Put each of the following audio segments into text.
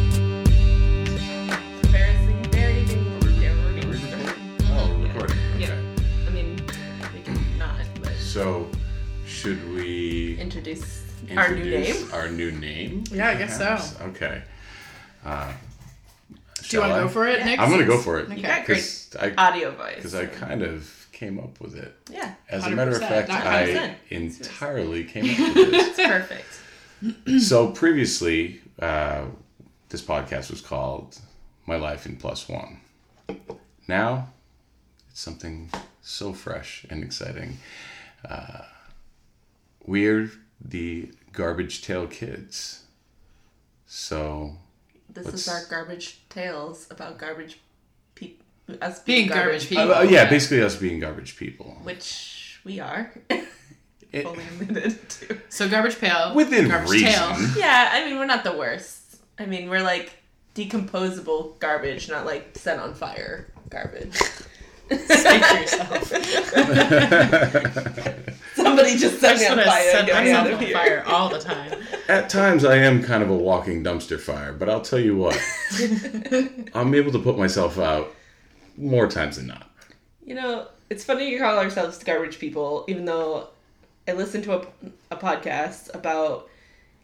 Oh, So, should we Introduce, our new introduce name. our new name? Yeah, I guess so. perhaps? Okay. Uh, Do you want to go for it, Yeah. Nick? I'm gonna go for it. Okay. You got great Because I, audio voice. because I kind of came up with it. yeah, As a matter of 100%, fact, I 100%. entirely came up with this. it's perfect. so previously, uh, this podcast was called "My Life in Plus One." Now, it's something so fresh and exciting. Uh, we're the Garbage Tail Kids, so This Let's- is our garbage tales about garbage people. Us Being garbage people. uh, yeah, basically us being garbage people which we are. It- Fully admitted to. So garbage pail. within garbage reason. Tail. Yeah, I mean we're not the worst. I mean we're like decomposable garbage, not like set on fire garbage. Speak for yourself. Somebody just set me That's on what I fire. set and get me out myself of on here. fire all the time. At times, I am kind of a walking dumpster fire, but I'll tell you what, I'm able to put myself out more times than not. You know, it's funny you call ourselves garbage people, even though I listened to a, a podcast about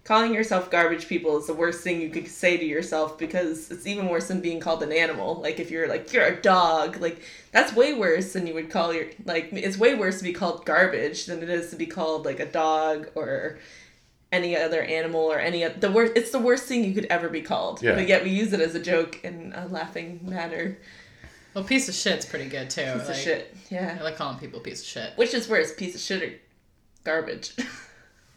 calling yourself garbage people is the worst thing you could say to yourself because it's even worse than being called an animal. Like, if you're like, you're a dog, like, that's way worse than you would call your, like, it's way worse to be called garbage than it is to be called like a dog or any other animal or any oth- the worst it's the worst thing you could ever be called Yeah. but yet we use it as a joke in a laughing matter Well, piece of shit's pretty good too. piece like, of shit yeah I like calling people piece of shit. Which is worse, piece of shit or garbage?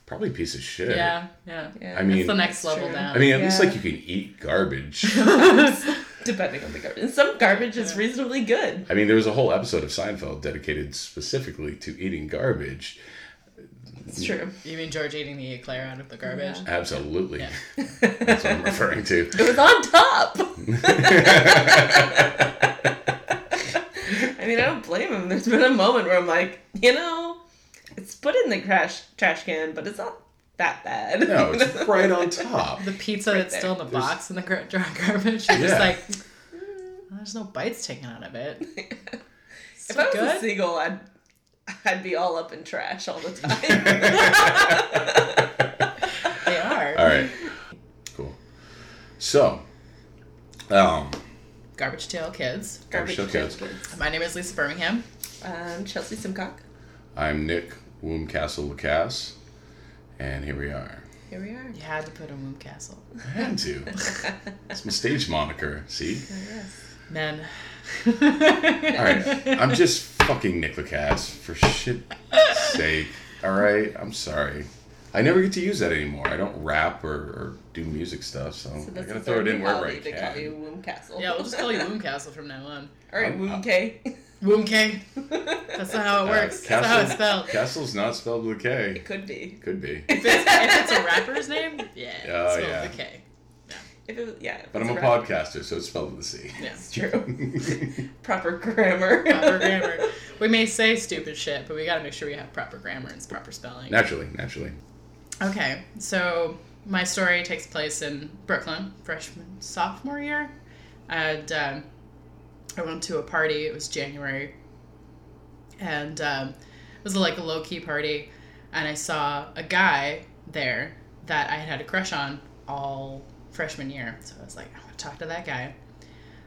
Probably a piece of shit. Yeah, yeah. Yeah. I It's mean, the next level true. I down. mean, at least Yeah. like you can eat garbage. depending on the garbage. And some garbage is Yeah. reasonably good. I mean, there was a whole episode of Seinfeld dedicated specifically to eating garbage. It's true. you mean George eating the eclair out of the garbage? Absolutely, Yeah. that's what I'm referring to. It was on top. I mean, I don't blame him. There's been a moment where I'm like, you know, it's put in the trash trash can, but it's not that bad. No, it's right on top. The pizza that's there. still in the There's- box in the gar- jar garbage. You're Yeah. just like, "Mm, there's no bites taken out of it. if I was a good. seagull, I'd I'd be all up in trash all the time. They are All right, cool. So, um, garbage tail kids. Garbage Tail Kids. My name is Lisa Birmingham. Um, Chelsea Simcock. I'm Nick Wombcastle Lacasse, and here we are. Here we are. You had to put a womb castle. I had to. It's my stage moniker. See. Men. All right, I'm just fucking Nick Lacasse for shit's sake. All right, I'm sorry. I never get to use that anymore. I don't rap or, or do music stuff, so, So I that's gotta the throw it third in wherever I lobby They call you can. Womb Castle. Yeah, we'll just call you womb castle from now on. All right, I'm- Womb K. Womb K. That's not how it Uh, works. That's not how it's castle- spelled. Castle's not spelled with a K. It could be. Could be, If it's, if it's a rapper's name, yeah, it's Oh, spelled yeah. with a K. If it was, yeah. if but it's I'm a rap, podcaster, so it's spelled with a C. Yeah. It's true. Proper grammar. Proper grammar. We may say stupid shit, but we gotta make sure we have proper grammar and proper spelling. naturally, naturally. Okay, so my story takes place in Brooklyn, freshman, sophomore year. And um, I went to a party, it was January. And um, it was like a low key party. And I saw a guy there that I had had a crush on all freshman year. So I was like, I'm gonna talk to that guy.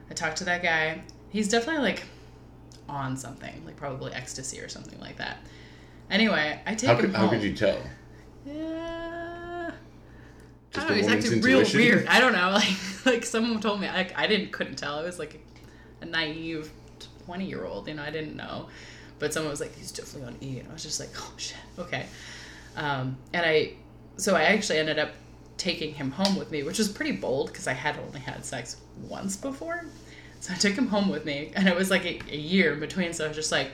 I talked to that guy. He's definitely like on something, like probably ecstasy or something like that. Anyway, I take How him could, home. how could you tell? Yeah. Just I don't a know, Oh, he's woman's acting intuition? real weird. I don't know. Like like someone told me like I didn't couldn't tell. I was like a naive twenty year old, you know, I didn't know. But someone was like, He's definitely on E and I was just like, Oh shit, okay. Um, and I so I actually ended up taking him home with me, which was pretty bold because I had only had sex once before. So I took him home with me, and it was like a, a year in between. So I was just like,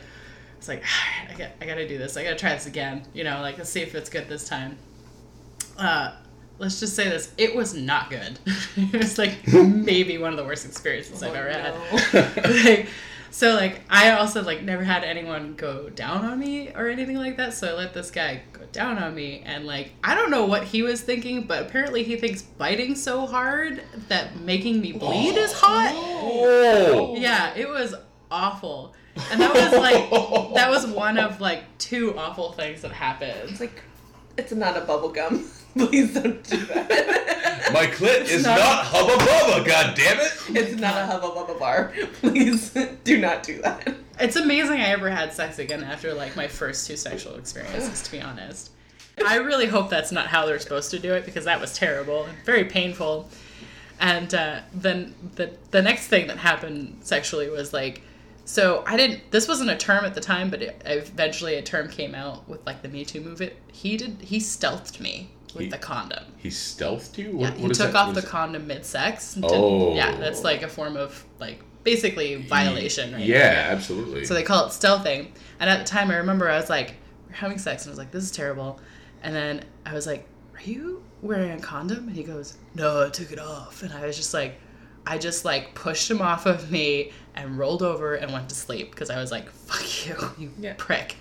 it's like "All right, I got, I got to do this. I got to try this again. You know, like let's see if it's good this time. Uh, let's just say this: it was not good. it was like maybe one of the worst experiences I've Oh, ever no. had. like, so like I also like never had anyone go down on me or anything like that. So I let this guy go down on me, and like I don't know what he was thinking, but apparently he thinks biting so hard that making me bleed is hot. Oh, Yeah, it was awful. And that was like that was one of like two awful things that happened. It's like, it's not a bubble gum. Please don't do that. My clit It's is not- not, hubba bubba, god damn it! it's not a hubba bubba bar. Please do not do that. It's amazing I ever had sex again after like my first two sexual experiences, to be honest. I really hope that's not how they're supposed to do it because that was terrible and very painful. And uh, then the the next thing that happened sexually was like, so I didn't. This wasn't a term at the time, but it, eventually a term came out with like the Me Too movement. He did. He stealthed me with He- the condom. He stealthed you? Yeah, What, he what is took that? off What the is- condom mid sex. Oh. Yeah, that's like a form of like basically violation, right? Yeah, absolutely. So they call it stealthing. And at the time, I remember I was like, we're having sex. And I was like, this is terrible. And then I was like, are you wearing a condom? And he goes, no, I took it off. And I was just like, I just like pushed him off of me and rolled over and went to sleep because I was like, fuck you, you Yeah. prick.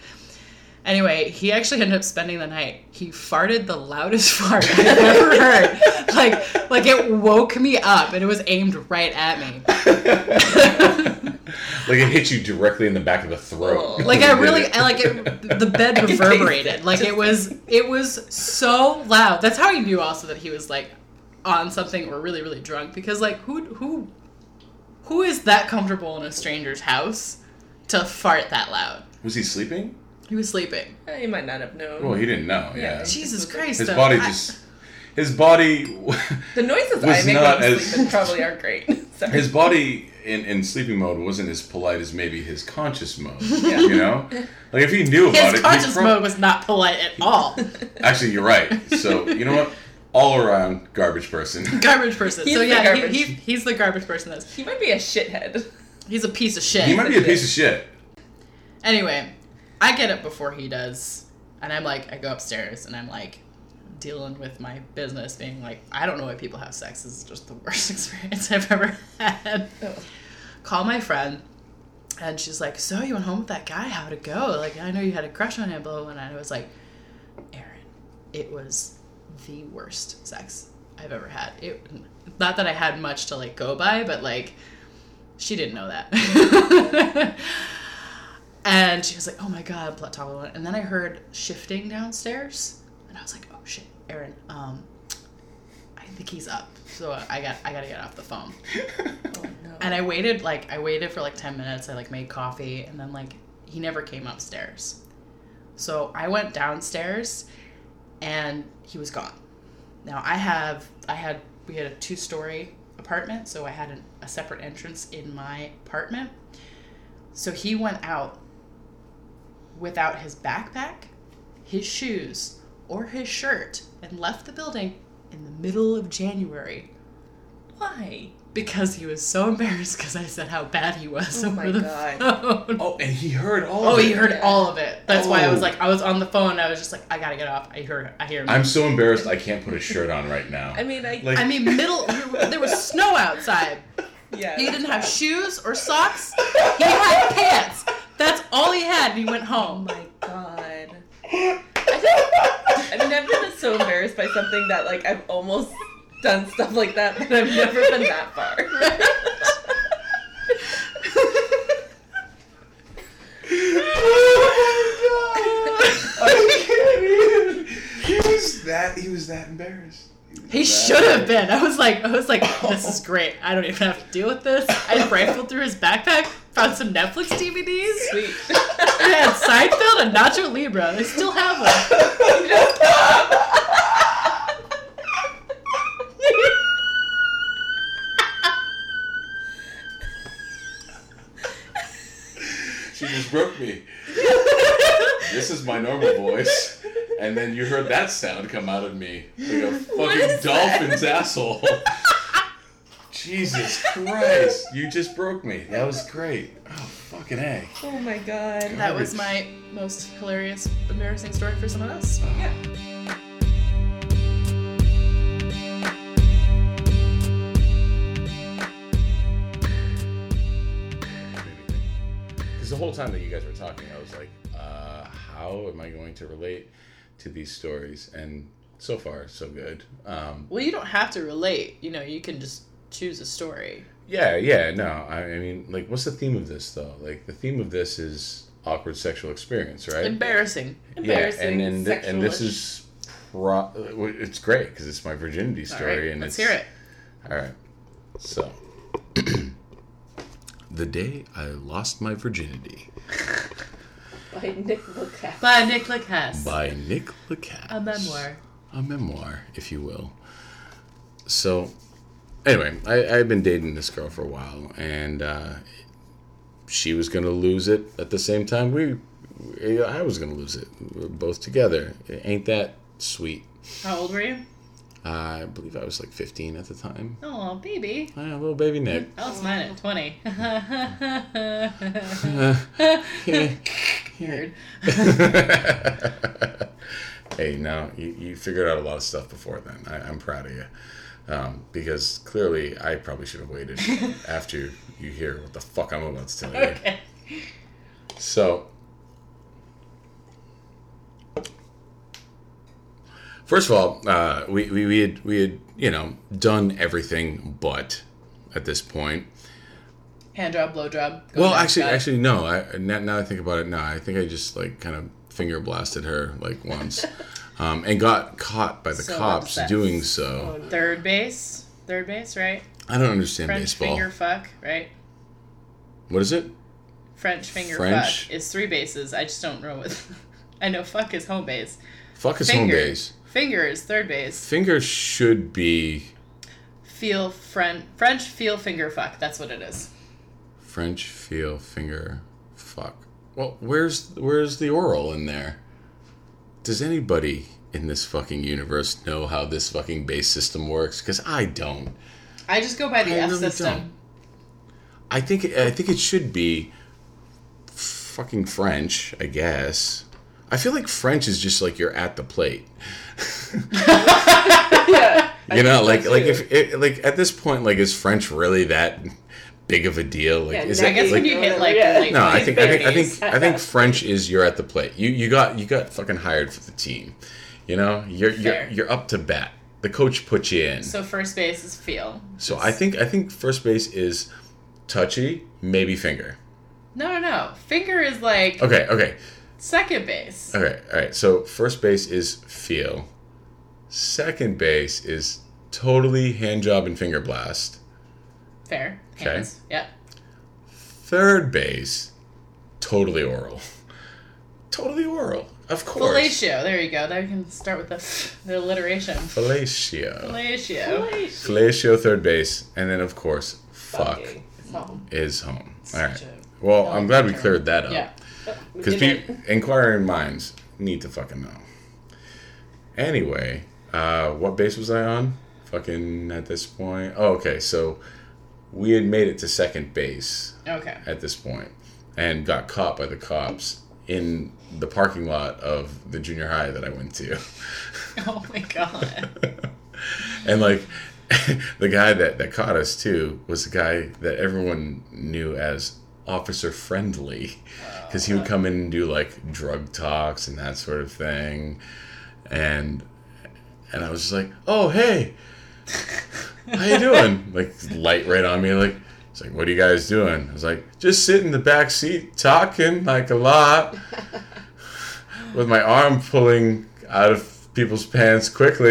Anyway, he actually ended up spending the night. He farted the loudest fart I've ever heard. Like, like it woke me up, and it was aimed right at me. like it hit you directly in the back of the throat. Oh. like I It did really it. I like it, the bed taste reverberated it. like it was it was so loud that's how I knew also that he was like on something or really really drunk because like who who who is that comfortable in a stranger's house to fart that loud Was he sleeping? he was sleeping Eh, You might not have known. Well, he didn't know. Yeah. Jesus Christ His though. body I- just. His body. the noises Was I make not when I'm as- sleeping probably aren't great. Sorry. His body in, in sleeping mode wasn't as polite as maybe his conscious mode. Yeah. You know? Like if he knew about his it. he'd conscious prob- mode was not polite at all Actually, you're right. So, you know what? All around garbage person. garbage person He's so the yeah he, garbage. he, he's the garbage person that's he might be a shithead. he's a piece of shit He might be a piece of shit. Anyway, I get up before he does, and I'm like, I go upstairs and I'm like dealing with my business, being like, I don't know why people have sex. This is just the worst experience I've ever had. Oh. Call my friend, and she's like, So you went home with that guy? How'd it go? Like, I know you had a crush on him, blah, blah, blah. And I was like, Aaron, it was the worst sex I've ever had. It not that I had much to like go by, but like she didn't know that. and she was like, "Oh my god, blah, blah, blah." And then I heard shifting downstairs, and I was like, "Oh shit, Aaron, um, I think he's up." So I got I gotta get off the phone. Oh, no. And I waited like I waited for like ten minutes. I like made coffee, and then like he never came upstairs. So I went downstairs, and he was gone. Now I have I had we had a two story apartment, so I had an, a separate entrance in my apartment. So he went out without his backpack, his shoes, or his shirt, and left the building in the middle of January Why? because he was so embarrassed because I said how bad he was Oh over my the God. phone. Oh, Oh, and he heard all of he it. heard Yeah. all of it. That's why I was Oh. like, I was on the phone. I was just like, I gotta get off. I hear, I hear. him. I'm so embarrassed I can't put a shirt on right now. I mean, I Like- I mean, middle. There was snow outside. yeah. He didn't have shoes or socks. He had pants. That's all he had. And he went Oh home. my god. I mean, I've been so embarrassed by something that like I've almost done stuff like that, but I've never been that far. Oh my God. I can't even. He was that. He was that embarrassed. was He that- should have been. I was like, I was like, this is great. I don't even have to deal with this. I rifled through his backpack, found some Netflix DVDs. Sweet. I had Seinfeld and Nacho Libre. They still have them. She just broke me. This is my normal voice, and then you heard that sound come out of me like a fucking is that? dolphin's asshole. Jesus Christ! You just broke me. That was great. Oh fucking a. oh my god. That was my most hilarious, embarrassing story for someone else. Yeah. Because the whole time that you guys were talking, I was like, uh, how am I going to relate to these stories? And so far, so good. Um, Well, you don't have to relate. You know, you can just choose a story. Yeah, yeah, no. I, I mean, like, what's the theme of this though? Like, the theme of this is awkward sexual experience, right? Embarrassing. Yeah, Embarrassing, and and, th- and this sexual-ish. is pro- it's great because it's my virginity All story, right, and let's it's hear it. all right. So, the day I lost my virginity By Nick Lukacs. By Nick Lacasse. by Nick Lacasse. a memoir. a memoir, if you will. So, anyway, I, I've been dating this girl for a while, and uh, she was going to lose it at the same time we, I was going to lose it. We were both together. Ain't that sweet? Uh, How old were you? I believe I was like 15 at the time. Oh, baby. Ah, little baby Nick. That was mine at 20. Weird. hey, no, you, you figured out a lot of stuff before then. I, I'm proud of you. Um, because clearly, I probably should have waited after you hear what the fuck I'm about to tell you. Okay. So, first of all, uh, we, we, we had we had you know done everything but at this point. Hand job, blow job. go Well, next, actually, got it. actually, no. I now, now I think about it. No, I think I just like kind of finger blasted her like once, um, and got caught by the So cops upset. doing so. Third base. Third base, right? I don't understand French baseball. finger fuck, right? What is it? French finger French? fuck is three bases. I just don't know what. I know fuck is home base. Fuck is home Finger. base. Finger is third base. Finger should be Feel French French feel finger fuck. That's what it is. French feel finger fuck. Well, where's where's the oral in there? Does anybody in this fucking universe know how this fucking base system works? Because I don't. I just go by the I F really system. I think I think it should be fucking French, I guess. I feel like French is just like you're at the plate. yeah. You know, like like if it, like at this point, like is French really that big of a deal? Like Yeah, is no, I guess like, when you hit like Yeah. late No, I twenties, think I think I think at I think best. French is you're at the plate. You you got you got fucking hired for the team. You know, you're you're Fair. you're up to bat. The coach put you in. So, So first base is feel. I think I think first base is touchy, maybe finger. No, no, no. Finger is like Okay, okay, second base. okay. All right. So first base is feel. Second base is totally hand job and finger blast. Fair. Okay. Hands. Yep. Third base, totally oral. Totally oral. Of course. Fellatio. There you go. There you can start with the, the alliteration. Fellatio. Fellatio. Fellatio third base, and then of course, fuck Fucking. Home. is home. All Such right. a- Well, I'm glad we term. cleared that Yeah. up Oh. because inquiring minds need to fucking know. Anyway, uh, what base was I on? Fucking at this point. Oh, okay. So we had made it to second base Okay. at this point, and got caught by the cops in the parking lot of the junior high that I went to. Oh my god. and like the guy that, that caught us too was the guy that everyone knew as officer friendly because he would come in and do like drug talks and that sort of thing and and i was just like oh hey how you doing like light right on me like it's like what are you guys doing i was like just sitting in the back seat talking like a lot with my arm pulling out of people's pants quickly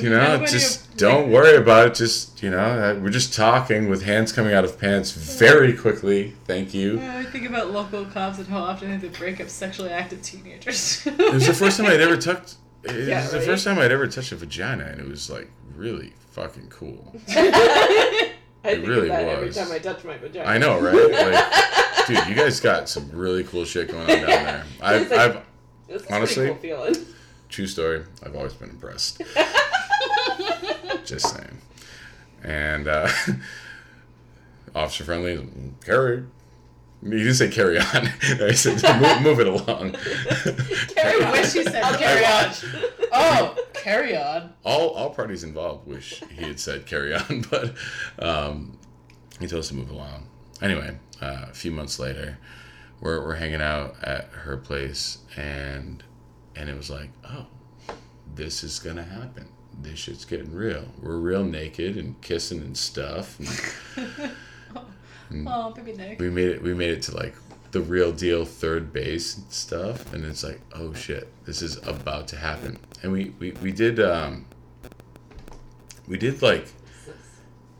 you know, Nobody just don't worry about it. Just you know, uh, we're just talking with hands coming out of pants very quickly. Thank you. I think about local cops and how often they break up sexually active teenagers. It was the first time I'd ever touched. It was Yeah, the right? first time I'd ever touched a vagina, and it was like really fucking cool. I think of really that every was. time I touch my vagina. I know, right? Like, dude, you guys got some really cool shit going on down there. I've, I've This is honestly, honestly- cool feeling. true story. I've always been impressed. Just saying. And uh, officer friendly, carry. He didn't say carry on. he said move, move it along. Carry I wish you said carry on. Oh, carry on. all all parties involved wish he had said carry on, but um, he told us to move along. Anyway, uh, a few months later, we're we're hanging out at her place, and and it was like, oh, this is gonna happen. this shit's getting real. We're real naked and kissing and stuff. And Oh, baby Nick. we made it. We made it to like the real deal third base and stuff. And it's like, oh shit, this is about to happen. And we we we did um. We did like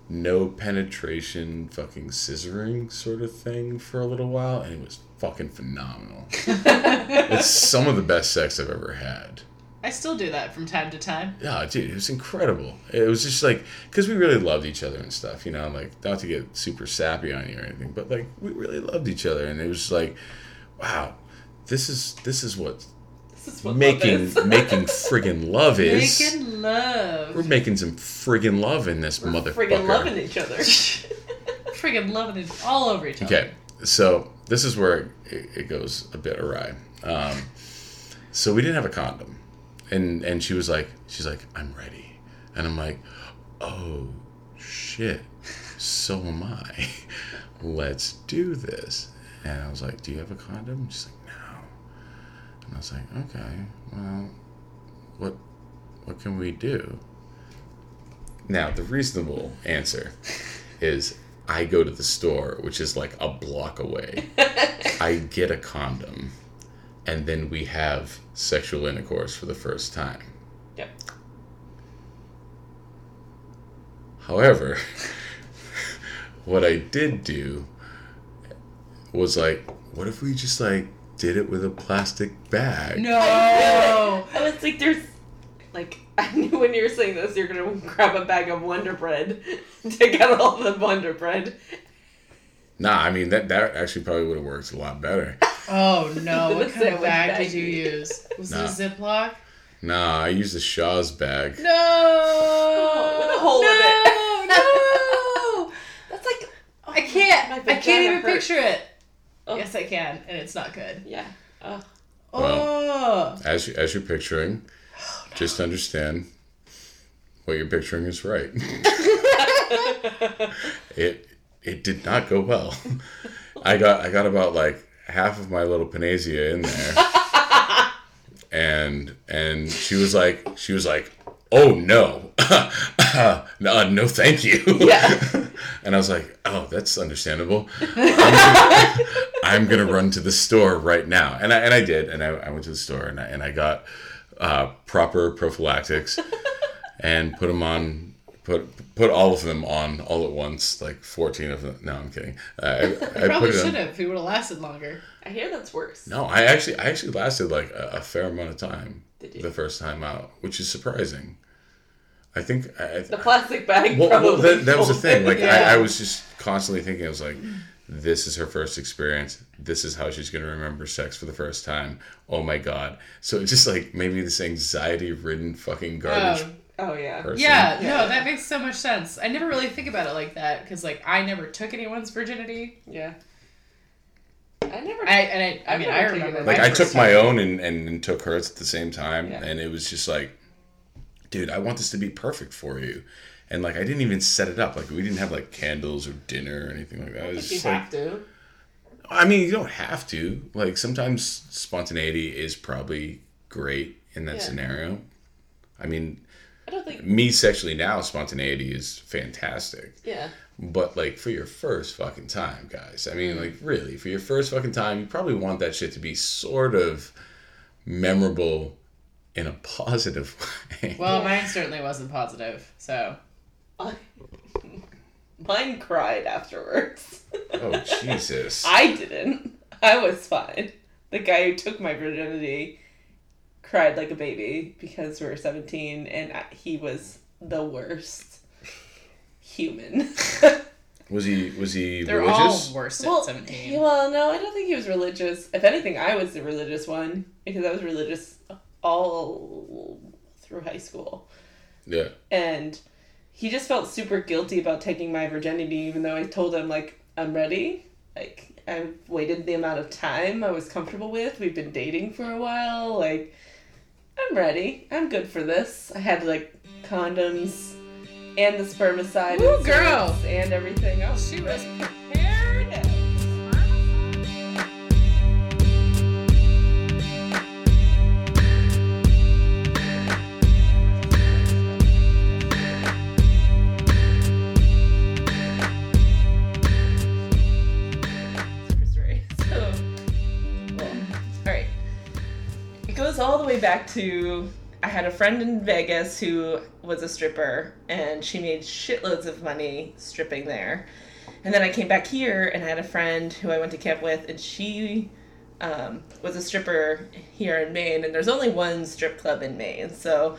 no penetration, fucking scissoring sort of thing for a little while, and it was fucking phenomenal. it's some of the best sex I've ever had. I still do that from time to time. Yeah, dude, it was incredible. It was just like because we really loved each other and stuff, you know. Like not to get super sappy on you or anything, but like we really loved each other, and it was just like, wow, this is this is what This is what making love is. making friggin' love is. Making love. We're making some friggin' love in this motherfucker. friggin' loving each other. Friggin' loving it all over each other. Okay, so this is where it, it goes a bit awry. Um, so we didn't have a condom, and and she was like, she's like, I'm ready, and I'm like, oh shit, so am I. Let's do this. And I was like, do you have a condom? She's like, no. And I was like, okay, well, what what can we do? Now the reasonable answer is I go to the store, which is like a block away. I get a condom, and then we have sexual intercourse for the first time. Yep. However, what I did do was like, what if we just like did it with a plastic bag? No. I was like, there's. Like, I knew when you were saying this, you're gonna grab a bag of Wonder Bread, take out all the Wonder Bread. Nah, I mean that that actually probably would have worked a lot better. Oh no! What Say kind of what bag bag did you you use? Was Nah. it a Ziploc? Nah, I used the Shaw's bag. No. With with a hole in it. No. That's like. oh, I can't. my I vagina can't even hurts. picture it. Oh. Yes, I can, and it's not good. Yeah. Oh. Oh. As you, as you're picturing, just understand what you're picturing is right. it it did not go well. I got I got about like half of my little Panacea in there, and and she was like she was like, oh no, no, no, thank you. Yeah. and I was like, oh, that's understandable. I'm gonna, I'm gonna run to the store right now, and I and I did, and I, I went to the store and I and I got uh, proper prophylactics and put them on put put all of them on all at once like 14 of them no i'm kidding uh, i, I put Probably it should on. have. He would have lasted longer. I hear that's worse. no i actually i actually lasted like a, a fair amount of time Did you? the first time out which is surprising i think i, I The plastic bag well, probably. well, that, that was the thing like Yeah. I, I was just constantly thinking i was like this is her first experience this is how she's going to remember sex for the first time oh my god so it's just like maybe this anxiety ridden fucking garbage Um, oh yeah. person yeah, Yeah. no, that makes so much sense. I never really think about it like that because, like, I never took anyone's virginity. Yeah. I never. I and I, I I've mean, never I taken remember it. like my I first took time. my own and, and, and took hers at the same time, Yeah. and it was just like, dude, I want this to be perfect for you, and like I didn't even set it up. Like we didn't have like candles or dinner or anything like that. It was you just like, have to. I mean, you don't have to. Like sometimes spontaneity is probably great in that Yeah. scenario. I mean, I don't think. me sexually now, spontaneity is fantastic. Yeah. But like for your first fucking time, guys. I mean, like really, for your first fucking time, you probably want that shit to be sort of memorable in a positive way. Well, mine certainly wasn't positive. So Mine cried afterwards. oh Jesus. I didn't. I was fine. The guy who took my virginity cried like a baby because we were 17 and I, he was the worst human. Was he was he they're religious? all worse at well, he- seventeen. well, no, I don't think he was religious. If anything, I was the religious one because I was religious all through high school. yeah. and he just felt super guilty about taking my virginity even though i told him like i'm ready like i've waited the amount of time i was comfortable with we've been dating for a while like i'm ready i'm good for this i had like condoms and the spermicide Ooh, and girl. syrups and everything else She was prepared. goes all the way back to I had a friend in Vegas who was a stripper and she made shitloads of money stripping there. And then I came back here and I had a friend who I went to camp with and she um, was a stripper here in Maine and there's only one strip club in Maine. So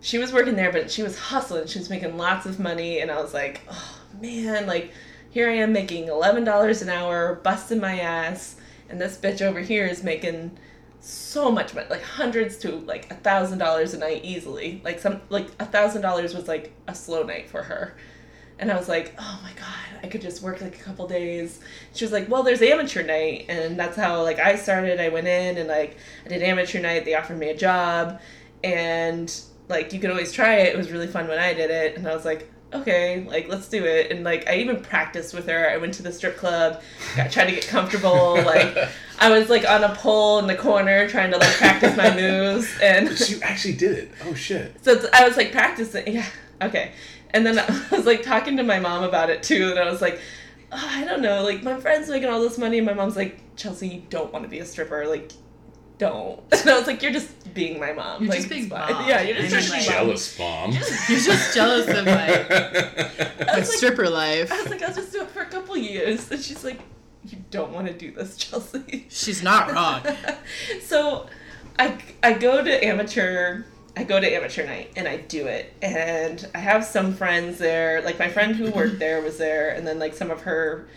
she was working there but she was hustling. She was making lots of money and I was like, "Oh man, like here I am making $11 an hour, busting my ass, and this bitch over here is making so much money, like hundreds to like a thousand dollars a night easily. Like some like a thousand dollars was like a slow night for her. And I was like, oh my god, I could just work like a couple days. She was like, well, there's amateur night, and that's how like I started. I went in and like I did amateur night. They offered me a job, and like you can always try it. It was really fun when I did it, and I was like, okay, like let's do it. And like I even practiced with her. I went to the strip club, got tried to get comfortable. Like I was like on a pole in the corner trying to like practice my moves, and you actually did it. Oh shit. so it's- I was like practicing. Yeah. Okay. And then I was like talking to my mom about it too, and I was like, oh, I don't know. Like my friend's making all this money, and my mom's like, Chelsea, you don't want to be a stripper. Like, don't. And I was like, you're just being my mom. You're like, just being it's fine." mom. Yeah, you're I just You're mean, being just my like- mom. jealous, mom. You're just jealous of my, my like- stripper life. I was like, I'll just do it for a couple years. And she's like, You don't want to do this, Chelsea. She's not wrong. so I, I go to amateur I go to amateur night and I do it and I have some friends there like my friend who worked there was there and then like some of her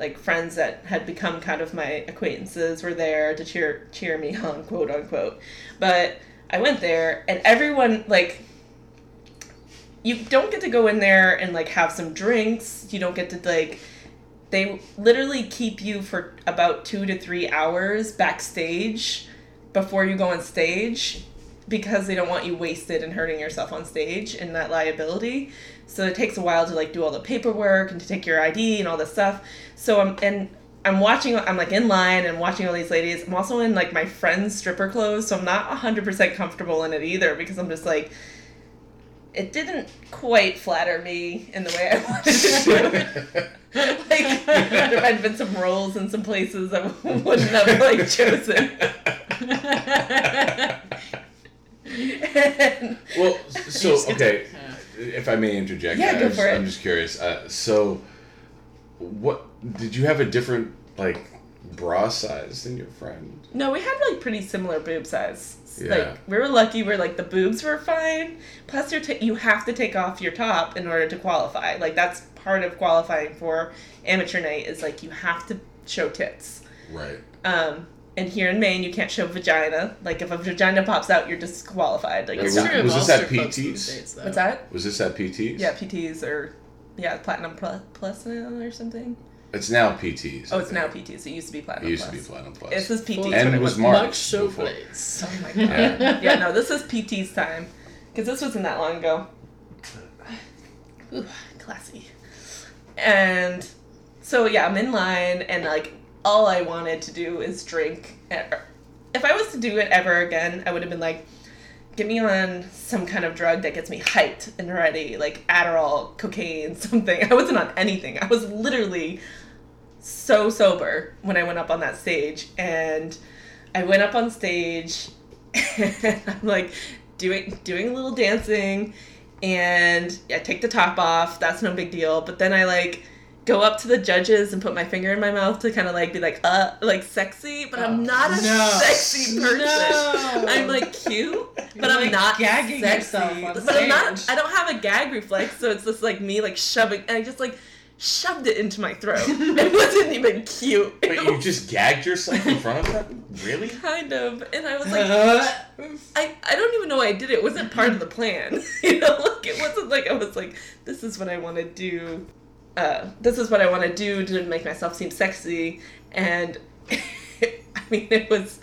like friends that had become kind of my acquaintances were there to cheer cheer me on quote unquote but I went there and everyone like you don't get to go in there and like have some drinks. You don't get to like they literally keep you for about 2 to 3 hours backstage before you go on stage because they don't want you wasted and hurting yourself on stage and that liability. So it takes a while to like do all the paperwork and to take your ID and all this stuff. So I'm and I'm watching I'm like in line and watching all these ladies. I'm also in like my friend's stripper clothes, so I'm not 100% comfortable in it either because I'm just like it didn't quite flatter me in the way I wanted it to like there had been some roles in some places I wouldn't have like chosen. And well, so okay, Yeah. if I may interject, uh, Yeah, I- go I'm, just, for it. I'm just curious. Uh, so, what did you have a different like bra size than your friend? no, we had like pretty similar boob size. Yeah. Like we were lucky where like the boobs were fine. Plus, you ta- you have to take off your top in order to qualify. Like that's part of qualifying for amateur night is like you have to show tits. Right. Um, and here in Maine, you can't show vagina. Like if a vagina pops out, you're disqualified. Like it's That's It's Was- not. true of was all this at strip clubs in the PTs? States, though. What's that? Was this at PT's? Yeah, PTs or yeah, platinum plus, plus now or something. It's now PT's. Oh, I it's think. now PTs. It used to be It platinum used plus. to be Platinum Plus. This is Full PTs. And when it was March Much so before. place. Oh my god. Yeah. yeah, no, this is PTs time because this wasn't that long ago. Ooh, classy. And so yeah, I'm in line and like all I wanted to do is drink. If I was to do it ever again, I would have been like, get me on some kind of drug that gets me hyped and ready, like Adderall, cocaine, something. I wasn't on anything. I was literally so sober when I went up on that stage. And I went up on stage and I'm like doing doing a little dancing and I take the top off, that's no big deal. But then I like go up to the judges and put my finger in my mouth to kind of like be like uh like sexy, but I'm not a Oh. No. sexy person. No. I'm like cute, but You're, I'm like, not gagging sexy. yourself on but I'm not. stage. I don't have a gag reflex, so it's just like me like shoving, and I just like shoved it into my throat. it wasn't even cute. It Wait, you was just gagged yourself in front of them? Really? kind of, and I was Uh-huh. like, I, I don't even know why I did it. It wasn't part of the plan. you know, like it wasn't like I was like, this is what I want to do. Uh, this is what I want to do to make myself seem sexy. And I mean, it was,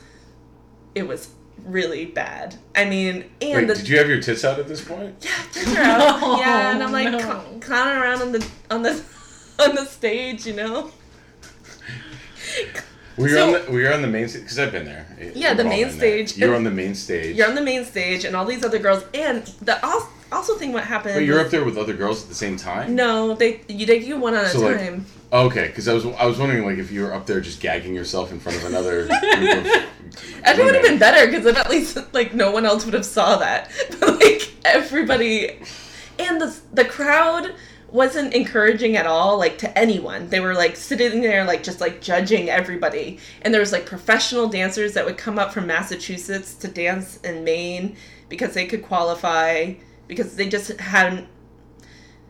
it was really bad. I mean, and Wait, the did you have your tits out at this point? yeah, tits are out. No, yeah, and I'm like no. cl- clowning around on the on the on the stage, you know. Were you So- on the Were you on the main stage? Because I've been there. It- Yeah, the we've all main been there. stage. You're on the main stage. You're on the main stage, and all these other girls, and the all also think what happened. But you're up there with other girls at the same time. No, they you they do one at a So, like- time. Okay, because I was I was wondering like if you were up there just gagging yourself in front of another. group of That would have women. been better because then at least like no one else would have saw that. But like everybody, and the the crowd wasn't encouraging at all like to anyone they were like sitting there like just like judging everybody and there was like professional dancers that would come up from massachusetts to dance in maine because they could qualify because they just hadn't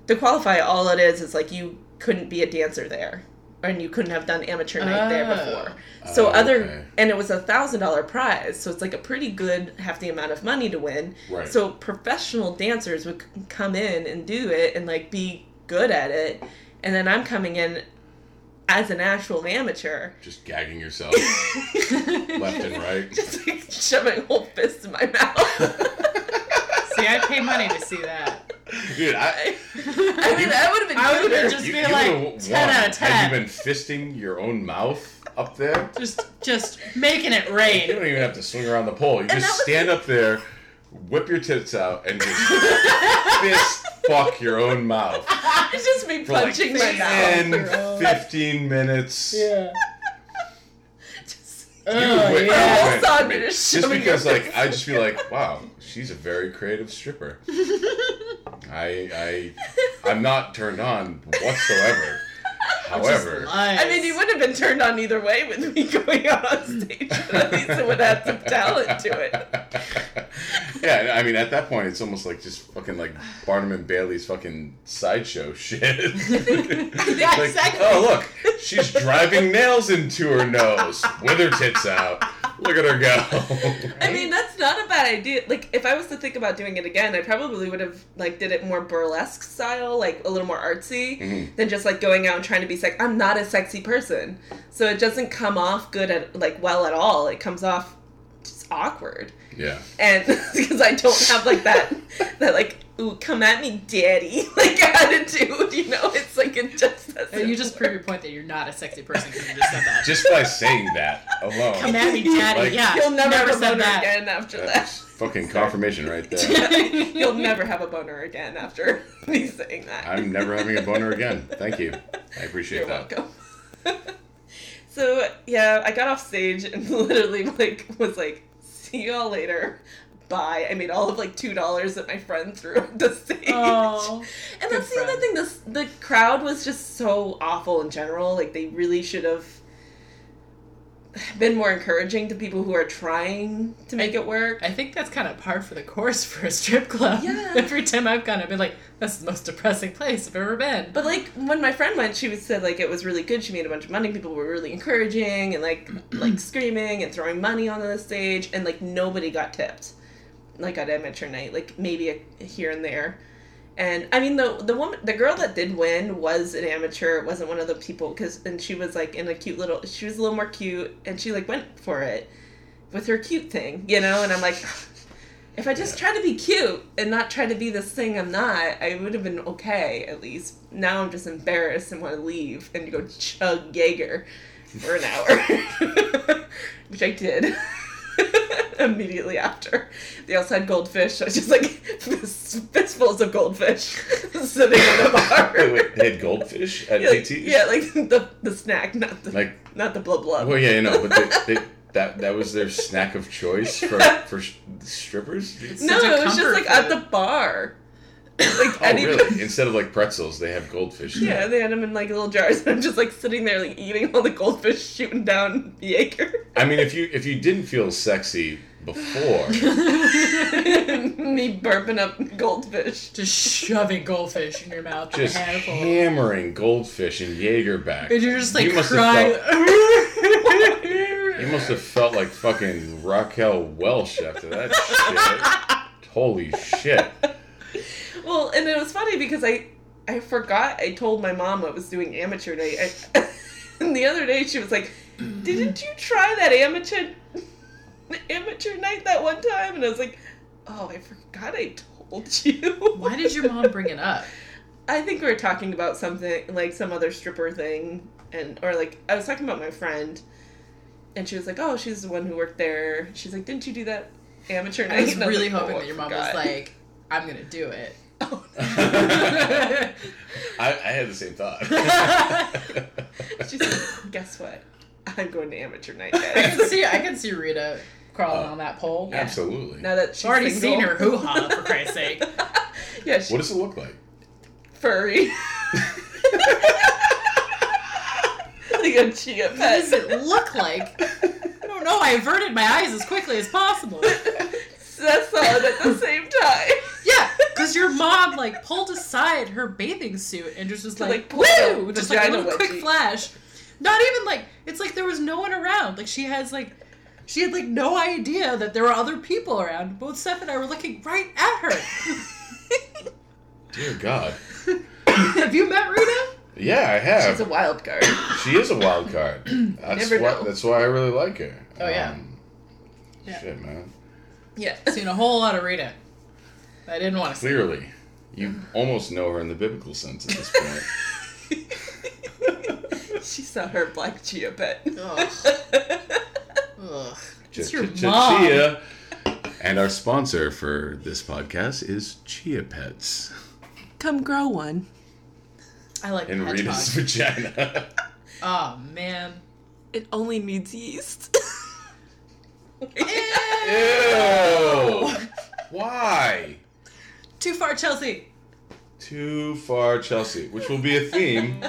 to qualify all it is is like you couldn't be a dancer there and you couldn't have done amateur night there Oh. before so Oh, okay. other and it was a thousand dollar prize so it's like a pretty good half the amount of money to win Right. so professional dancers would c- come in and do it and like be good at it and then i'm coming in as an actual amateur Just gagging yourself left and right. just like shove my whole fist in my mouth See, I'd pay money to see that. Dude, I, i mean that would have been I would've better. just- you, be you like, would've 10 won. out of Had 10. you been fisting your own mouth up there, Just, just making it you rain. don't even have to swing around the pole. You that just was- stand up there, whip your tits out, and just fist fuck your own mouth it's just me for like punching my mouth 10, 15 minutes. Oh. Yeah. Just- You Oh yeah. would- you would Also, for I'm me. gonna Just shove your because, like, fist. I just feel like, wow, she's a very creative stripper. I, I, I'm not turned on whatsoever. However, I mean, he would have been turned on either way with me going out on stage. But at least it would add some talent to it. yeah, I mean, at that point, it's almost like just fucking like Barnum and Bailey's fucking sideshow shit. Yeah, Like, exactly. Oh look, she's driving nails into her nose with her tits out. Look at her go. I mean, that's not a bad idea. Like, if I was to think about doing it again, I probably would have like did it more burlesque style, like a little more artsy, Mhm. Mm-hmm. than just like going out and trying to be sexy. I'm not a sexy person, so it doesn't come off good at like well at all. It comes off just awkward, yeah. and because I don't have like that that like ooh come at me, daddy like attitude. You know, it's like it just doesn't. You just prove your point that you're not a sexy person because you just said that. Just by saying that alone. Come at me, daddy. Like- yeah. You'll never, have a said boner that. again after that. That's fucking confirmation right there. You'll never have a boner again after me saying that. I'm never having a boner again. Thank you. I appreciate You're that. welcome. so yeah, I got off stage and literally like was like, "See y'all later." Bye. I made all of like two dollars that my friend threw at the stage. Oh. and that's good the other friend. thing. This the crowd was just so awful in general. Like they really should have been more encouraging to people who are trying to make it work. I think that's kind of par for the course for a strip club. Yeah. Every time I've gone, I've been like, "That's the most depressing place I've ever been." But like when my friend went, she was said like it was really good. She made a bunch of money. People were really encouraging and like like screaming and throwing money onto the stage, and like nobody got tipped, like at amateur night, like maybe a, here and there. And I mean the the woman the girl that did win was an amateur. It wasn't one of the people because and she was like in a cute little. She was a little more cute, and she like went for it with her cute thing, you know. And I'm like. If I just tried to be cute and not try to be this thing I'm not, I would have been okay at least. Now I'm just embarrassed and want to leave and go chug Jaeger for an hour, which I did immediately after. They also had goldfish. So I was just like fist, fistfuls of goldfish sitting in the bar. Wait, wait, they had goldfish at yeah, like, AT? yeah, like the the snack, not the Like, not the blub blub. well, yeah, you know, but they, they, that that was their snack of choice for for sh- strippers. It's no, such a it was just comfort like at food. the bar. Like Oh, really? Instead of like pretzels, they have goldfish. now. Yeah, they had them in like little jars, and I'm just like sitting there, like eating all the goldfish shooting down the acre. I mean, if you if you didn't feel sexy before, Me burping up goldfish. Just shoving goldfish in your mouth. just a handful. hammering goldfish and Jaeger back, and you're just like you must have crying. felt- you must have felt like fucking Raquel Welch after that shit. Holy shit! Well, and it was funny because I I forgot I told my mom I was doing amateur night, I, and the other day she was like, "Didn't you try that amateur amateur night that one time?" And I was like, "Oh, I forgot I told you." Why did your mom bring it up? I think we were talking about something like some other stripper thing, and or like I was talking about my friend, and she was like, "Oh, she's the one who worked there." She's like, "Didn't you do that amateur night?" I was And really like, hoping "Oh, that your mom forgot." was like, I'm gonna do it. I, I had the same thought. She said, guess what? I'm going to amateur night. I guys." can see I can see Rita crawling Oh, on that pole. yeah. Absolutely. Now that she's I've already single. seen her hoo ha for Christ's sake. Yeah, she's What does it look like? furry. like a chia What does pet. it look like? I don't know. I averted my eyes as quickly as possible. That's solid at the same time. Yeah, because your mom like pulled aside her bathing suit and just was To, like, like, pull woo, the just like a vagina little quick wedgie. flash. Not even like it's like there was no one around. Like she has like she had like no idea that there were other people around. Both Steph and I were looking right at her. Dear God. Have you met Rita? Yeah, I have. She's a wild card. she is a wild card. That's Never why. know. That's why I really like her. Um, Oh, yeah. Yeah. Shit, man. Yeah. Seen a whole lot of Rita. I didn't want to see. Clearly, you almost know her in the biblical sense at this point. she saw her black chia pet. Ugh. It's your mom. Chia. And our sponsor for this podcast is Chia Pets Come grow one. I like in Rita's hedgehogs. vagina. Oh man. It only needs yeast. Eh, Ew! Why? Too far, Chelsea. Too far, Chelsea, which will be a theme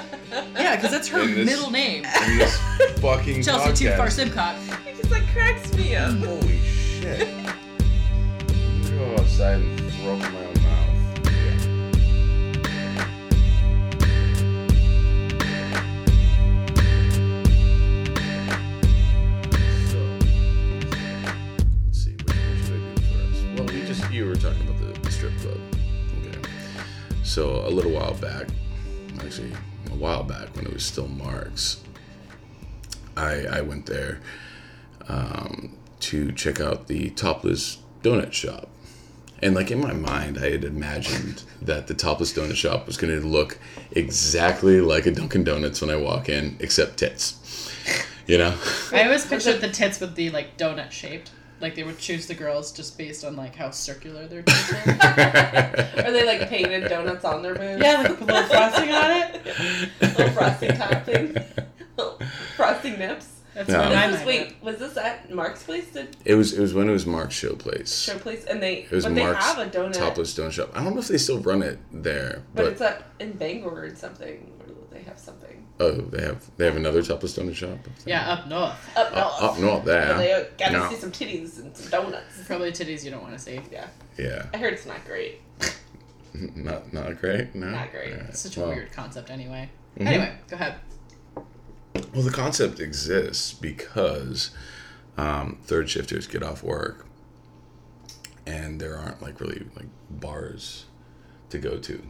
Yeah, because that's her In this- middle name. in this fucking Chelsea Too podcast. Far Simcock. it just like cracks me up. Holy shit! I'm gonna go outside and throw up in my own mouth. So, let's see, what should I do first? Well, you just you were talking about the strip club. Okay. So a little while back, actually a while back when it was still Mark's, I I went there um, to check out the Topless Donut Shop. And like in my mind, I had imagined that the Topless Donut Shop was going to look exactly like a Dunkin' Donuts when I walk in, except tits. You know, I always pictured the tits would be like donut shaped. Like they would choose the girls just based on like how circular their tits were. Are they like painted donuts on their boobs? yeah, like with a little frosting on it. Little frosting top thing. Little frosting nips. That's No. what This I This was, meant. wait, was this at Mark's place? Did it was it was when it was Mark's show place. show place? And they It was but Mark's they have a donut, Topless Donut Shop. I don't know if they still run it there, but but, it's up in Bangor or something. Or They have something oh, they have they have another Topless Donut Shop. up there? Yeah, up north. up Uh, Up, north. up north there. They got to No. see some titties and some donuts. Probably titties you don't want to see. Yeah, Yeah, I heard it's not great. not not great. No, Not great. Alright, It's such a well. weird concept anyway. Mhm. Anyway, go ahead. Well, the concept exists because um, third shifters get off work, and there aren't like really like bars to go to,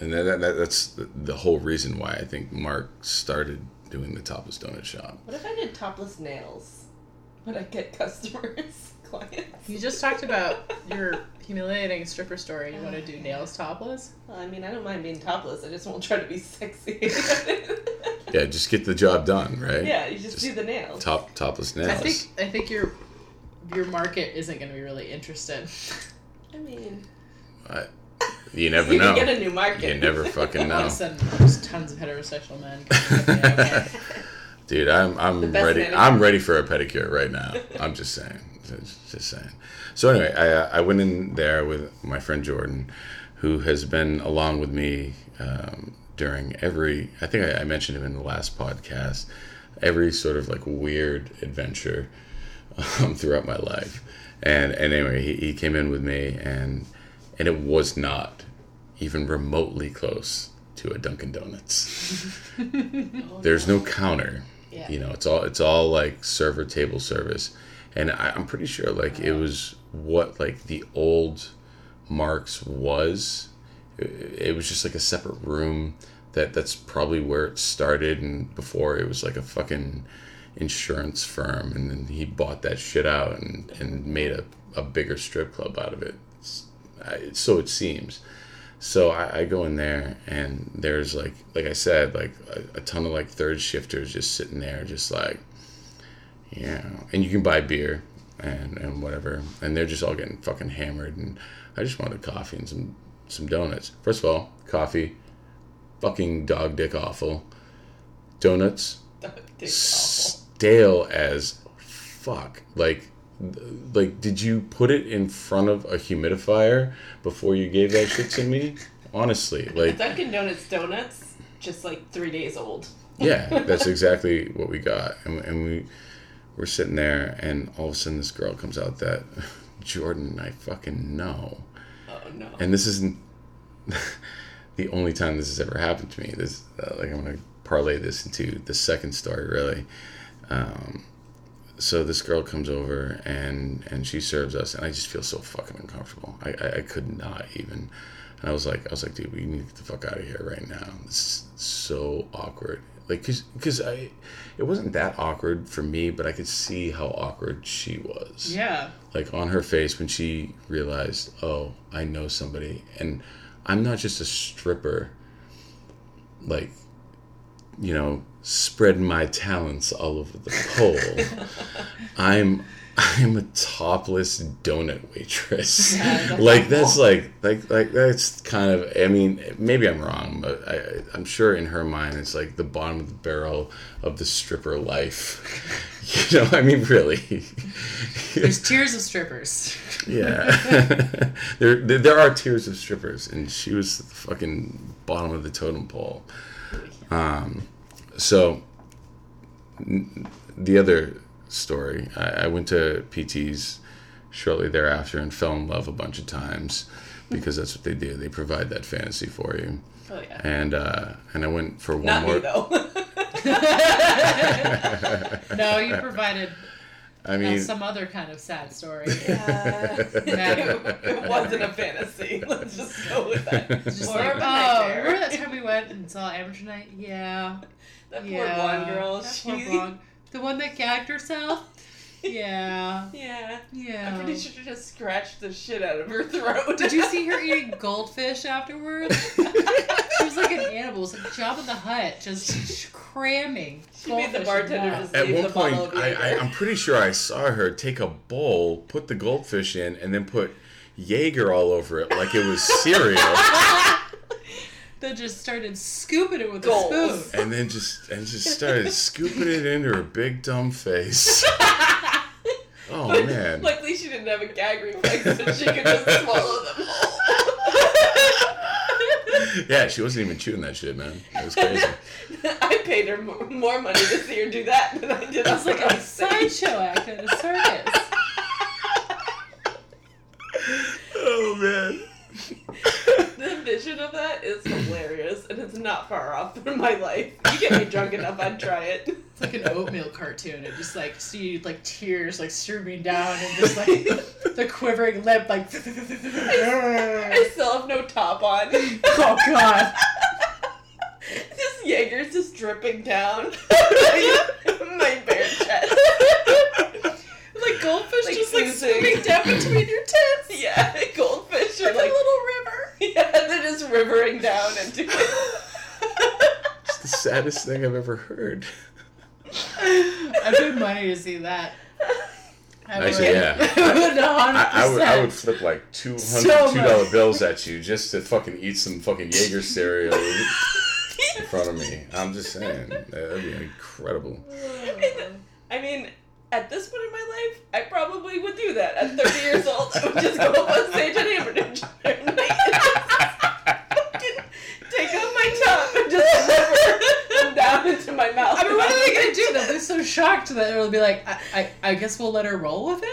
and that, that, that's the, the whole reason why I think Mark started doing the topless donut shop. What if I did topless nails? Would I get customers, clients? You just talked about your humiliating stripper story. You want to do nails topless? Well, I mean, I don't mind being topless. I just won't try to be sexy. Yeah, just get the job done, right? yeah, you just, Just do the nails. Top topless nails. I think I think your your market isn't going to be really interested. I mean, I- you never you know. can get a new market. You never fucking All of know, a sudden, there's tons of heterosexual men. coming to the idea. dude. I'm I'm best ready. manicure. I'm ready for a pedicure right now. I'm just saying, just, just saying. So anyway, I uh, I went in there with my friend Jordan, who has been along with me um, during every. I think I, I mentioned him in the last podcast. Every sort of like weird adventure um, throughout my life, and and anyway, he, he came in with me, and and it was not even remotely close to a Dunkin' Donuts there's no counter Yeah. you know it's all it's all like server table service and I, i'm pretty sure like it was what like the old marks was I- it was just like a separate room that that's probably where it started and before it was like a fucking insurance firm and then he bought that shit out and and made a, a bigger strip club out of it It's- I, so it seems so I, I go in there and there's like like I said like a, a ton of like third shifters just sitting there just like yeah and you can buy beer and, and whatever. And they're just all getting fucking hammered. And I just wanted coffee and some, some donuts. First of all, coffee, fucking dog dick awful. Donuts, stale as fuck. Like, like, did you put it in front of a humidifier before you gave that shit to me? Honestly, like, Dunkin' Donuts donuts, just like three days old. yeah, that's exactly what we got. And, and we we're sitting there, and all of a sudden, this girl comes out that Jordan, I fucking know. Oh no. And this isn't the only time this has ever happened to me. This uh, like I'm gonna parlay this into the second story, really. Um, so this girl comes over and and she serves us, and I just feel so fucking uncomfortable. I, I, I could not even. And I was like, I was like, dude, we need to get the fuck out of here right now. This is so awkward. Like, cause, cause I, it wasn't that awkward for me, but I could see how awkward she was Yeah. like on her face when she realized, oh, I know somebody, and I'm not just a stripper. Like, you know, spreading my talents all over the pole. I'm I'm a topless donut waitress. Yeah, that's like that's like like like that's kind of I mean maybe I'm wrong, but I I- I'm sure in her mind it's like the bottom of the barrel of the stripper life. you know, I mean really. There's tiers of strippers. Yeah, there, there there are tiers of strippers, and she was the fucking bottom of the totem pole. Um, so n- the other story, I, I went to PT's shortly thereafter and fell in love a bunch of times because that's what they do. They provide that fantasy for you, Oh yeah. and uh, and I went for one Not more. me though. No, you provided I uh, mean, some other kind of sad story. it, it wasn't a fantasy. Let's just go with that. Just Or like, a oh, nightmare. remember that time we went and saw Amateur Night? Yeah. That poor yeah. blonde girl. That She, poor blonde. The one that gagged herself? Yeah. Yeah. Yeah. I'm pretty sure she just scratched the shit out of her throat. Did you see her eating goldfish afterwards? she was like an animal. It was like Jabba the Hutt, just cramming. She made the goldfish in bartender that. just At leave one the point, bottle of I, I, Jaeger. I'm pretty sure I saw her take a bowl, put the goldfish in, and then put Jaeger all over it like it was cereal, That just started scooping it with a Goals. spoon. and then just and just started scooping it into her big dumb face. Oh man! Luckily, she didn't have a gag reflex, so she could just swallow them whole. Yeah, she wasn't even chewing that shit, man. It was crazy. I paid her more, more money to see her do that than I did. It was like a sideshow act at a circus. oh man! The vision of that is hilarious, and it's not far off from my life. You get me drunk enough, I'd try it. It's like an oatmeal cartoon. It just like see like tears like streaming down and just like the quivering lip like. I still have no top on. oh god. this Jaeger's just dripping down my bare chest. Like goldfish Like just like oozing. swimming down between your tits. Yeah, goldfish are Like, like, a little river. yeah, they're just rivering down into it. It's the saddest thing I've ever heard. I put money to see that. I Actually, yeah. I would 100%. I, I would I would flip like two So hundred two dollar much. bills at you just to fucking eat some fucking Jaeger cereal in front of me. I'm just saying that'd be incredible. I mean, at this point in my life, I probably would do that. At 30 years old, I would just go up on stage at Amateur and fucking take off my top and just river them down into my mouth. I mean, what are they gonna do? They'll be so shocked that it'll be like, I, I, I guess we'll let her roll with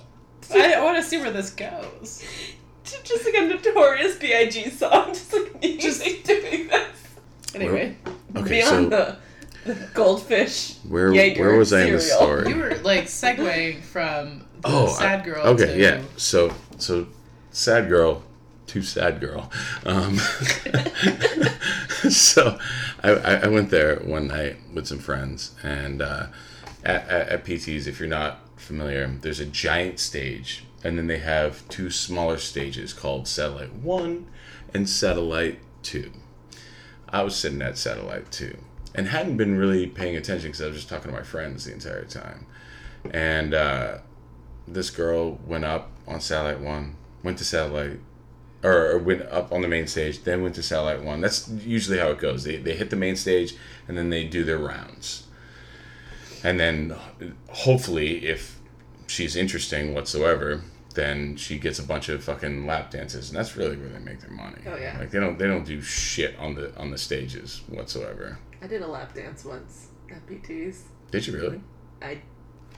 it. I, want to see where this goes. Just- Just like a notorious B.I.G. song, just like me Just- just doing this. Anyway, Okay, beyond so the, the goldfish. where Jaeger where was I in this cereal. story? You were like segueing from the oh, I- sad girl. Okay, to, yeah. So so sad girl to sad girl. Um, so I, I I went there one night with some friends and uh, at, at, at PT's. If you're not familiar, there's a giant stage, and then they have two smaller stages called Satellite One and Satellite Two. I was sitting at Satellite Two and hadn't been really paying attention because I was just talking to my friends the entire time and uh, this girl went up on satellite one, went to satellite, or, or went up on the main stage, then went to satellite one. That's usually how it goes. They they hit the main stage and then they do their rounds, and then hopefully if she's interesting whatsoever. Then she gets a bunch of fucking lap dances, and that's really where they make their money. Oh, yeah. like they don't they don't do shit on the on the stages whatsoever. I did a lap dance once at PT's. Did you really? I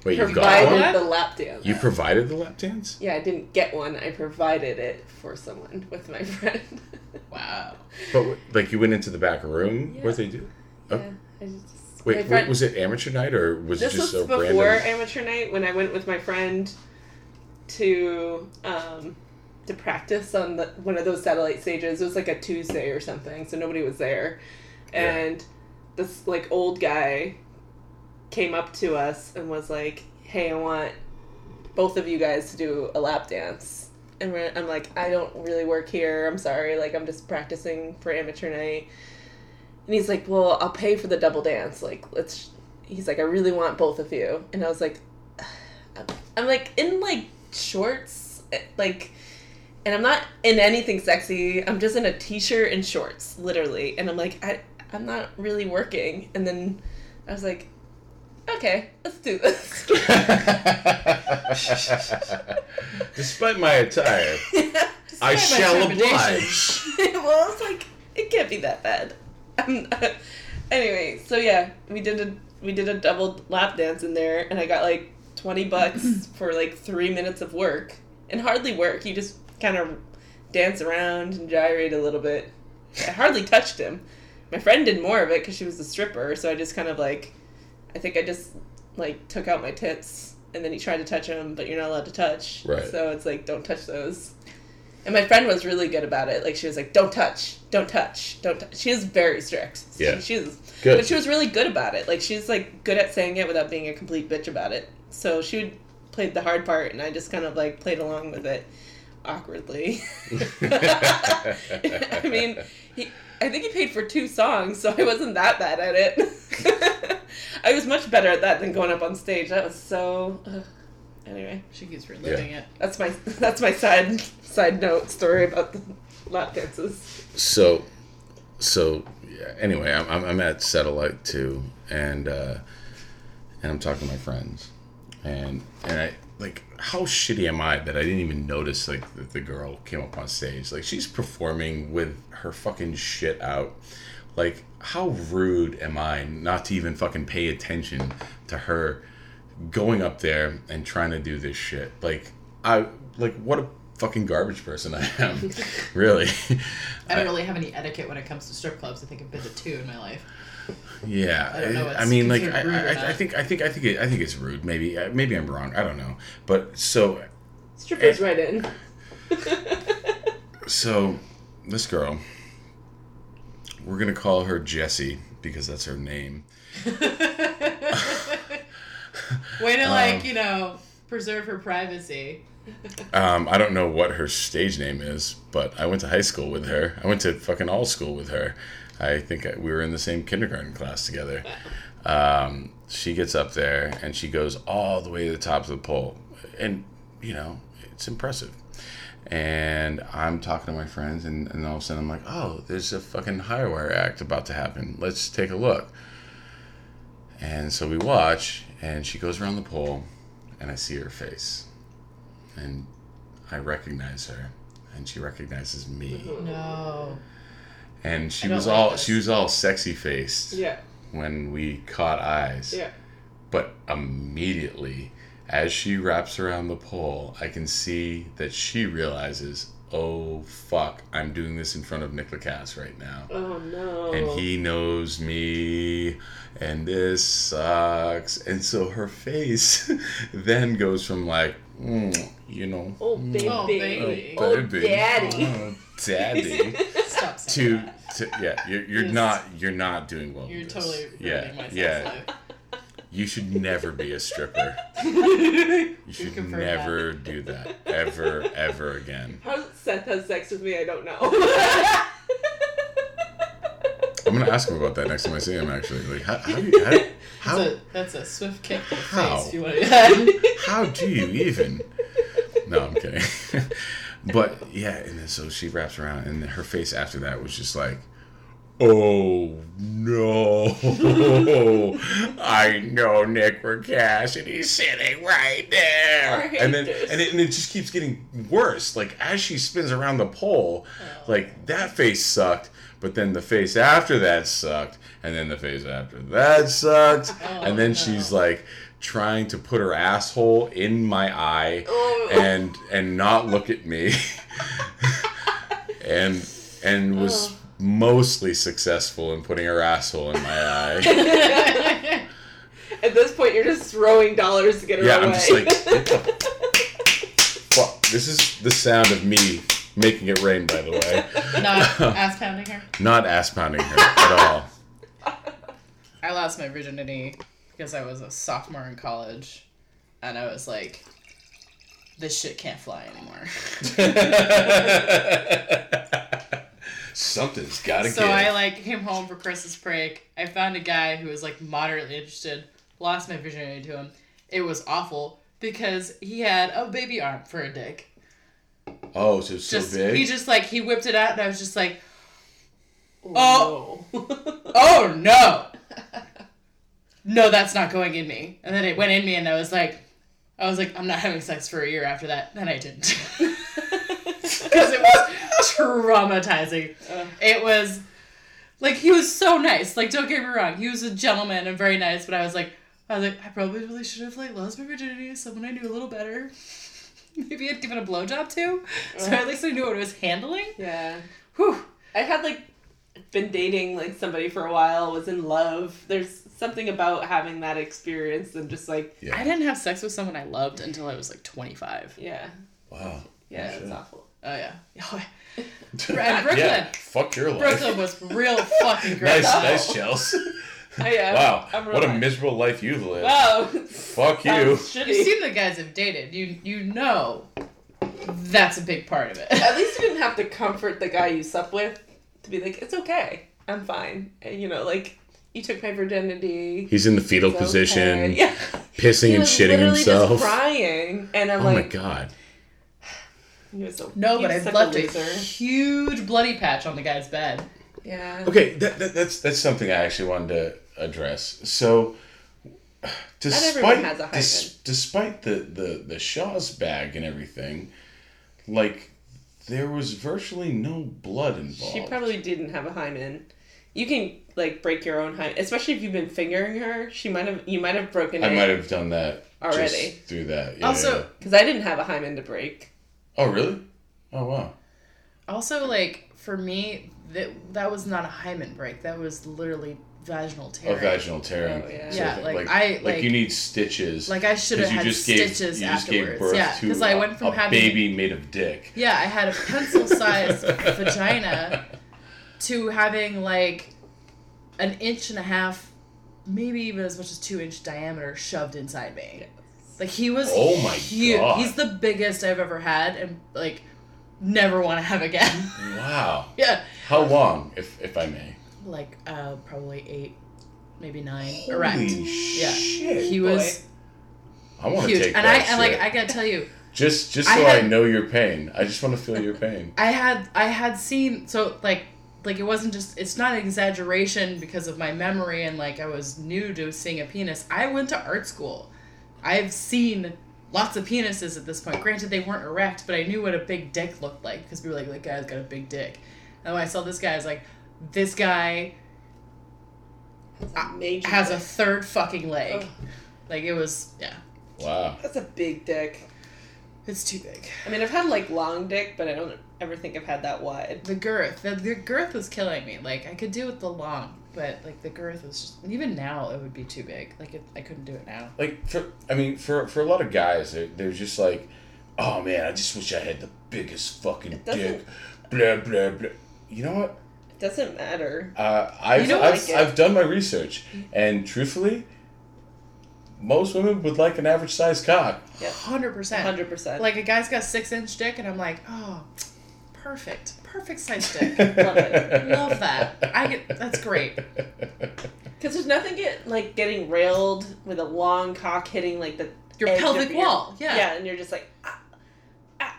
Wait, you got one? provided the lap dance. You provided the lap dance? yeah, I didn't get one. I provided it for someone with my friend. Wow. But wh- like you went into the back room Yeah. where they do? Oh. yeah, I just my Wait, wh- friend- was it amateur night or was this it just was a before random? amateur night when I went with my friend to um, to practice on the, one of those satellite stages. It was like a Tuesday or something, so nobody was there. Yeah. And this like old guy came up to us and was like, "Hey, I want both of you guys to do a lap dance." And we're, I'm like, "I don't really work here. I'm sorry. Like, I'm just practicing for amateur night." And he's like, "Well, I'll pay for the double dance. Like, let's." He's like, "I really want both of you." And I was like, "I'm like in like shorts, eh, like, and I'm not in anything sexy. I'm just in a t-shirt and shorts, literally." And I'm like, "I, I'm not really working." And then I was like, "Okay, let's do this." Despite my attire, I Despite my shall trepidation. oblige. well, it's like it can't be that bad. Um, anyway, so yeah, we did a we did a double lap dance in there, and I got like twenty bucks for like three minutes of work, and hardly work. You just kind of dance around and gyrate a little bit. I hardly touched him. My friend did more of it because she was a stripper, so I just kind of like, I think I just like took out my tits, and then he tried to touch them, but you're not allowed to touch. Right. So it's like, don't touch those. And my friend was really good about it. Like she was like, "Don't touch, don't touch, don't." touch. She was very strict. Yeah. She, she was, Good. but she was really good about it. Like she's like good at saying it without being a complete bitch about it. So she would played the hard part, and I just kind of like played along with it awkwardly. I mean, he, I think he paid for two songs, so I wasn't that bad at it. I was much better at that than going up on stage. That was so. Ugh. Anyway, She keeps reliving it. that's my that's my side side note story about the lap dances. so so yeah, anyway I'm, I'm, I'm at satellite 2 and uh and i'm talking to my friends and and i like how shitty am i that i didn't even notice like that the girl came up on stage like she's performing with her fucking shit out like how rude am i not to even fucking pay attention to her going up there and trying to do this shit. Like I like what a fucking garbage person I am. really. I don't really have any etiquette when it comes to strip clubs. I think I've been to two in my life. Yeah. I don't know I what's mean like I, considered rude or I, I not. think I think I think it, I think it's rude. Maybe I- maybe I'm wrong. I don't know. But so Eh. Strippers right in. so this girl we're going to call her Jessie because that's her name. Way to like, you know, preserve her privacy. Um, I don't know what her stage name is, but I went to high school with her. I went to fucking all school with her. I think I, we were in the same kindergarten class together. Um, she gets up there and she goes all the way to the top of the pole. And, you know, it's impressive. And I'm talking to my friends, and, and all of a sudden I'm like, oh, there's a fucking high wire act about to happen. Let's take a look. And so we watch, and she goes around the pole, and I see her face. And I recognize her, and she recognizes me. No. And she Mm-hmm. I don't was like all this. she was all sexy faced Yeah, when we caught eyes. yeah. But immediately, as she wraps around the pole, I can see that she realizes, oh fuck, I'm doing this in front of Nick Lacasse right now. Oh no. And he knows me, and this sucks. And so her face then goes from like, mm, you know, Oh baby. Oh, baby. oh, Oh, baby, daddy. oh, daddy, Stop to, saying that. to yeah, you're, you're Yes. not you're not doing well. You're with this. totally yeah, ruining my yeah. yeah. You should never be a stripper. Oh, life. You should confirm that. never do that ever, ever again. How Seth has sex with me, I don't know. I'm gonna ask him about that next time I see him. Actually, like how how do you, how, That's how, a, that's a swift kick to the How? face. If you want to. how do you even? No, I'm kidding. but yeah, and then so she wraps around, and her face after that was just like, "Oh no, I know Nick Rakesh, and he's sitting right I there." hate And then this. and it, and it just keeps getting worse. Like as she spins around the pole, Oh. like that face sucked. But then the face after that sucked, and then the face after that sucked, Oh, and then no. she's like trying to put her asshole in my eye Oh. and and not look at me and and was mostly successful in putting her asshole in my eye At this point, you're just throwing dollars to get her yeah away. i'm just like "What the fuck this is the sound of me making it rain by the way Not ass pounding her. not ass pounding her at all I lost my virginity because I was a sophomore in college, and I was like, "This shit can't fly anymore." something's gotta so give I like came home for Christmas break. I found a guy who was like moderately interested. Lost my virginity to him. It was awful because he had a baby arm for a dick. oh so it's so Just big he just like he whipped it out, and I was just like, "Oh, oh no, no, that's not going in me." And then it went in me, and I was like, "I was like, I'm not having sex for a year after that." And I didn't because it was traumatizing. It was like he was so nice. Like don't get me wrong, he was a gentleman and very nice. But I was like, I was like, I probably really should have like lost my virginity to someone I knew a little better. Maybe I'd given a blowjob to, so at least I knew what I was handling. yeah. Whew. I had like been dating like somebody for a while, was in love. There's something about having that experience and just like, I yeah didn't have sex with someone I loved until I was like 25. yeah, wow yeah, it's Sure. awful. Oh yeah. Oh, Brad, Brooklyn. yeah fuck your life Brooklyn was real fucking great. nice nice chelsea Oh, yeah. Wow, I'm what a real- miserable life you've lived. Wow. Fuck you. Sounds You've shitty. seen the guys I've dated. You you know that's a big part of it. At least you didn't have to comfort the guy you slept with to be like, it's okay, I'm fine. And, you know, like you took my virginity. He's in the fetal It's position, okay. Yeah. pissing He and was shitting literally himself. Just crying, and I'm Oh my like, god. he was so- No, he but was I've such left a a loser. huge bloody patch on the guy's bed. Yeah. Okay, that, that, that's that's something I actually wanted to address. So, everyone despite has a hyphen. des- despite the the the Shaw's bag and everything, like there was virtually no blood involved. She probably didn't have a hymen. You can like break your own hymen, especially if you've been fingering her. She might have. You might have broken I might it have done that just Already. through that. Yeah, Also- yeah. because I didn't have a hymen to break. oh really? Oh wow. Also, like for me, that that was not a hymen break. That was literally vaginal A tearing. vaginal tearing. Oh, yeah. So Yeah, th- like, I- like- you need stitches. Like I should have 'Cause had stitches you just afterwards. gave birth yeah, because to I a- went from a having baby made of dick. Yeah, I had a pencil sized vagina to having like an inch and a half, maybe even as much as two inch diameter shoved inside me. Like he was Oh my huge. God. He's the biggest I've ever had and like never want to have again. Wow. yeah. How long, if if I may? Like uh probably eight, maybe nine. Holy Erect. Yeah. shit! he boy. was I want to huge. take And I that and like shit. I gotta tell you, just just so I I, had- know your pain. I just want to feel your pain. I had I had seen so like like it wasn't just it's not an exaggeration because of my memory and like I was new to seeing a penis. I went to art school. I've seen lots of penises at this point. Granted they weren't erect, but I knew what a big dick looked like because people were like, that guy's got a big dick. And when I saw this guy, I was like, this guy That's a major has a dick. third fucking leg. Ugh. Like it was yeah. Wow. That's a big dick. It's too big. I mean, I've had like long dick, but I don't ever think I've had that wide. The girth, the, the girth was killing me. Like I could do with the long, but like the girth was just even now it would be too big. Like it, I couldn't do it now. Like for I mean for for a lot of guys, they're, they're just like, oh man, I just wish I had the biggest fucking doesn't- dick. Blah blah blah. You know what? It doesn't matter. Uh, I've, You don't I've, like it. I've done my research, and truthfully, most women would like an average sized cock. Yep. Hundred percent. Hundred percent. Like a guy's got six inch dick, and I'm like, oh, Perfect. Perfect side stick. Love it. Love that. I get that's great. Because there's nothing get like getting railed with a long cock hitting like the Your edge of pelvic your- wall. Yeah. yeah, and you're just like "Ah, ow,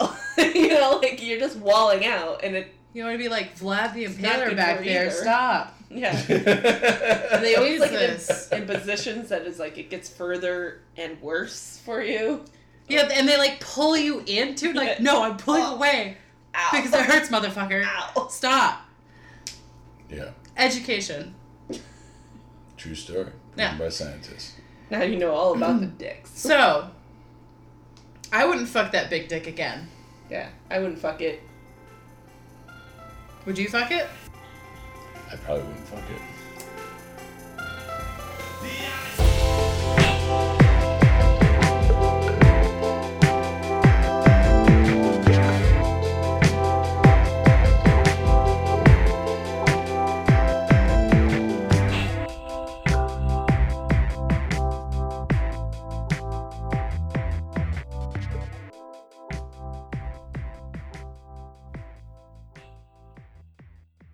ow, ow. you know, like you're just walling out, and it You want to be like Vlad the not Impaler good back for there. either. Stop. yeah. they They always like Jesus. in, in positions that is like it gets further and worse for you. Yeah, and they like pull you into it. Like, no, I'm Oh. pulling away Ow. because it hurts, motherfucker. Ow. Stop. Yeah, Education. true story. Yeah. Proven by scientists. Now you know all about the dicks. So, I wouldn't fuck that big dick again. Yeah, I wouldn't fuck it. Would you fuck it? I probably wouldn't fuck it. The ice